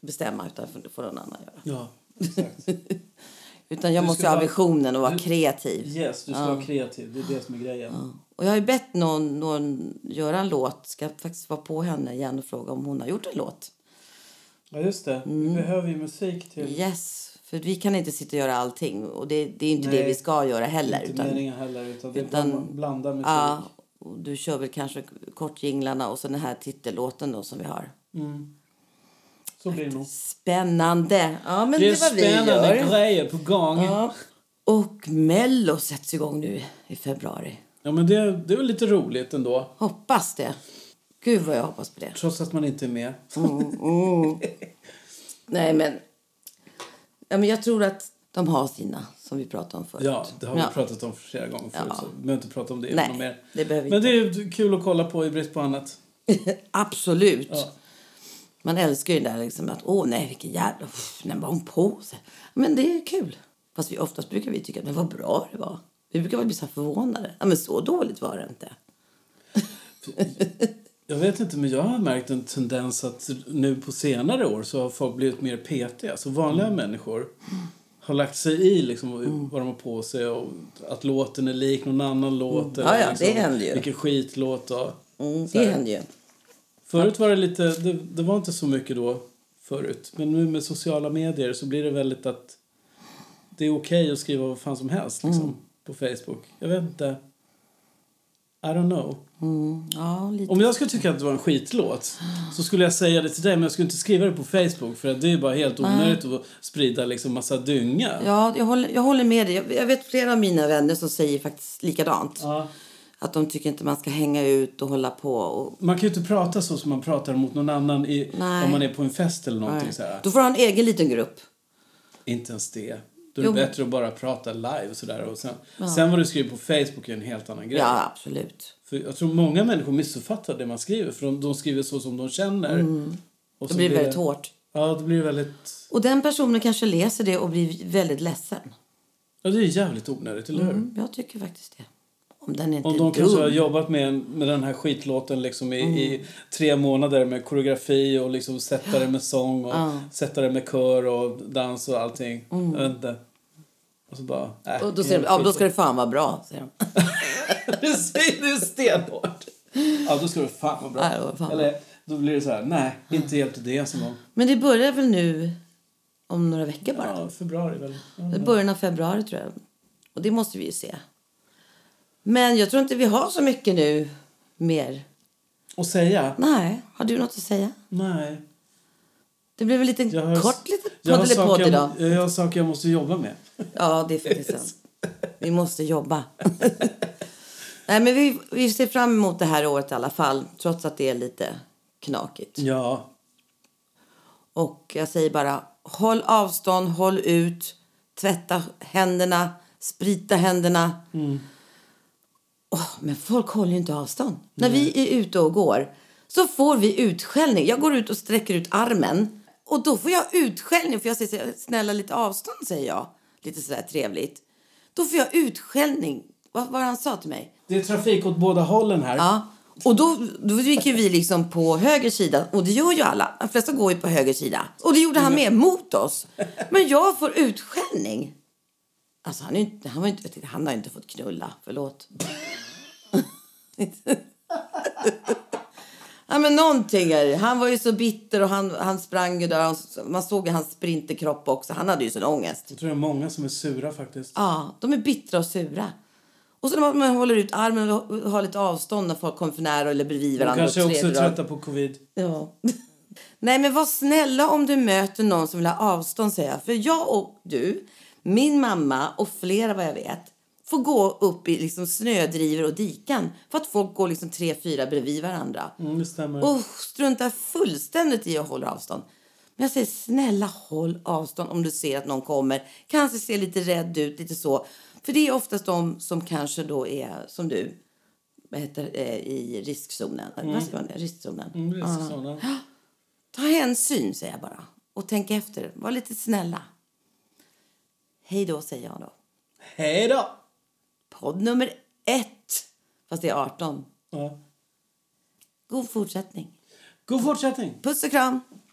Speaker 2: bestämma utan får- får någon annan göra.
Speaker 1: Ja, exakt.
Speaker 2: Utan jag
Speaker 1: Du
Speaker 2: måste
Speaker 1: ska
Speaker 2: ha
Speaker 1: vara-
Speaker 2: visionen och vara
Speaker 1: du-
Speaker 2: kreativ.
Speaker 1: Yes, du ska vara kreativ. Det är det som är grejen.
Speaker 2: Och jag har ju bett någon, någon göra en låt. Ska faktiskt vara på henne igen och fråga om hon har gjort en låt.
Speaker 1: Ja, just det.
Speaker 2: Mm.
Speaker 1: Vi behöver ju musik till...
Speaker 2: Yes, för vi kan inte sitta och göra allting. Och det, det är ju inte
Speaker 1: Nej.
Speaker 2: det vi ska göra heller.
Speaker 1: Inte
Speaker 2: utan-
Speaker 1: meningen heller, utan det är
Speaker 2: utan-
Speaker 1: bara blanda musik.
Speaker 2: Ja, och du kör väl kanske kortjinglarna och så den här titellåten då som vi har.
Speaker 1: Så blir det nog.
Speaker 2: Spännande! Ja, men det,
Speaker 1: Det är
Speaker 2: är vad vi
Speaker 1: spännande
Speaker 2: gör.
Speaker 1: grejer på gång. Ja,
Speaker 2: Ja. Och Mello sätts igång nu i februari.
Speaker 1: men det, det är väl lite roligt ändå.
Speaker 2: Hoppas det. Gud vad jag hoppas på det.
Speaker 1: Trots att man inte är med.
Speaker 2: Nej, men, ja, men jag tror att de har sina som vi pratade om förut.
Speaker 1: Ja, det har vi
Speaker 2: Ja.
Speaker 1: pratat om flera gånger förut.
Speaker 2: Ja.
Speaker 1: Så vi behöver inte prata om det
Speaker 2: Nej,
Speaker 1: något mer.
Speaker 2: det behöver vi
Speaker 1: Men det är kul att kolla på i brist på annat.
Speaker 2: Absolut.
Speaker 1: Ja.
Speaker 2: Man älskar ju det där liksom att åh nej vilken jävla, pff, när var hon på sig? Men det är kul. Fast vi oftast brukar vi tycka att men vad bra det var. Vi brukar väl bli så här förvånade. Ja men så dåligt var det inte.
Speaker 1: Jag vet inte, men jag har märkt en tendens att nu på senare år så har folk blivit mer petiga. Så vanliga
Speaker 2: Mm.
Speaker 1: människor har lagt sig i liksom vad de har på sig och att låten är lik någon annan låt.
Speaker 2: Mm. Ja, ja,
Speaker 1: liksom,
Speaker 2: det händer ju.
Speaker 1: Vilken skitlåt och...
Speaker 2: Mm,
Speaker 1: så
Speaker 2: det
Speaker 1: här.
Speaker 2: händer ju.
Speaker 1: Förut var det lite, det, det var inte så mycket då förut. Men nu med sociala medier så blir det väldigt att det är okej att skriva vad fan som helst liksom,
Speaker 2: Mm.
Speaker 1: på Facebook. Jag vet inte. I don't know.
Speaker 2: Ja, lite.
Speaker 1: Om jag skulle tycka att det var en skitlåt så skulle jag säga det till dig men jag skulle inte skriva det på Facebook för att det är bara helt onödigt att sprida liksom massa dynga.
Speaker 2: Ja, jag håller, jag håller med dig. Jag, jag vet flera av mina vänner som säger faktiskt likadant.
Speaker 1: Ja.
Speaker 2: Att de tycker inte man ska hänga ut och hålla på. Och,
Speaker 1: Man kan ju inte prata så som man pratar mot någon annan i,
Speaker 2: Nej.
Speaker 1: om man är på en fest eller någonting så här.
Speaker 2: Då får du ha en egen liten grupp.
Speaker 1: Inte ens det. Då är
Speaker 2: Jo,
Speaker 1: det
Speaker 2: men-
Speaker 1: bättre att bara prata live och sådär. Och sen, sen vad du skriver på Facebook är en helt annan grej.
Speaker 2: Ja, absolut.
Speaker 1: För jag tror många människor missuppfattar det man skriver för de, de skriver så som de känner. Och
Speaker 2: Mm. Då
Speaker 1: så
Speaker 2: blir det väldigt hårt.
Speaker 1: Ja, det blir väldigt...
Speaker 2: Och den personen kanske läser det och blir väldigt ledsen.
Speaker 1: Ja, det är jävligt onödigt, eller hur?
Speaker 2: Mm, jag tycker faktiskt det. Om den inte
Speaker 1: Om
Speaker 2: är
Speaker 1: de kanske har
Speaker 2: dum. Mm.
Speaker 1: jobbat med, en- med den här skitlåten liksom i, i tre månader med koreografi och liksom sätta det med sång och sätta det med kör och dans och allting. Jag vet inte. Och så bara... Äh,
Speaker 2: Mm. Och då, säger de, ja, då ska det fan vara bra, säger de.
Speaker 1: Precis, det är stenhårt. Ja, då ska du fan vara bra.
Speaker 2: Ja, det var fan
Speaker 1: Eller då blir det så här, nej, inte hjälpte det ens en gång.
Speaker 2: Men det börjar väl nu om några veckor bara?
Speaker 1: Ja, februari väl. Ja.
Speaker 2: I början av februari tror jag. Och det måste vi ju se. Men jag tror inte vi har så mycket nu mer.
Speaker 1: Och säga,
Speaker 2: Nej, har du något att säga?
Speaker 1: nej.
Speaker 2: Det blev en liten
Speaker 1: Jag har,
Speaker 2: kort liten
Speaker 1: jag har,
Speaker 2: podd
Speaker 1: saker,
Speaker 2: idag.
Speaker 1: jag, jag har saker jag måste jobba med.
Speaker 2: Ja, det är faktiskt sant. Vi måste jobba. Nej, men vi, vi ser fram emot det här året i alla fall, trots att det är lite knakigt.
Speaker 1: Ja,
Speaker 2: Och jag säger bara, håll avstånd, håll ut, tvätta händerna, sprita händerna. Åh, men folk håller ju inte avstånd. När vi är ute och går så får vi utskällning. Jag går ut och sträcker ut armen och då får jag utskällning för jag säger så här, snälla lite avstånd säger jag. Lite sådär trevligt. Då får jag utskällning. Vad var han sa till mig?
Speaker 1: det är trafik åt båda hållen här.
Speaker 2: Ja. Och då, då gick ju vi liksom på höger sida och det gör ju alla. De flesta går ju på höger sida. Och det gjorde han med mot oss. Men jag får utskällning. Alltså han, är ju inte, han, var ju inte, jag tyckte, han har ju inte fått knulla, förlåt. ja men någonting är det. Han var ju så bitter och han, han sprang ju där. Han- Man såg ju hans sprinterkropp också. Han hade ju sån ångest.
Speaker 1: Jag tror det är många som är sura faktiskt.
Speaker 2: Ja, de är bittra och sura. Och så när man, man håller ut armen och har lite avstånd när folk kommer för nära eller bredvid
Speaker 1: De
Speaker 2: varandra.
Speaker 1: kanske
Speaker 2: och
Speaker 1: också är
Speaker 2: tredje rad.
Speaker 1: trötta på covid.
Speaker 2: Ja. Nej, men var snälla om du möter någon som vill ha avstånd, säger jag. För jag och du, min mamma och flera vad jag vet, får gå upp i liksom snödrivor och diken för att folk går liksom tre, fyra bredvid varandra.
Speaker 1: Mm, det stämmer.
Speaker 2: Och struntar fullständigt i att hålla avstånd. Men jag säger snälla håll avstånd om du ser att någon kommer. Kanske ser lite rädd ut, lite så. För det är oftast de som kanske då är som du. Vad heter eh, i riskzonen? Vad säger man? Riskzonen.
Speaker 1: Mm, det är sådana.
Speaker 2: Ta hänsyn, säger jag bara. Och tänk efter. Var lite snälla. Hej då, säger jag då.
Speaker 1: Hej då!
Speaker 2: Podd nummer ett, fast det är 18.
Speaker 1: Ja.
Speaker 2: God fortsättning.
Speaker 1: God fortsättning!
Speaker 2: Puss och kram!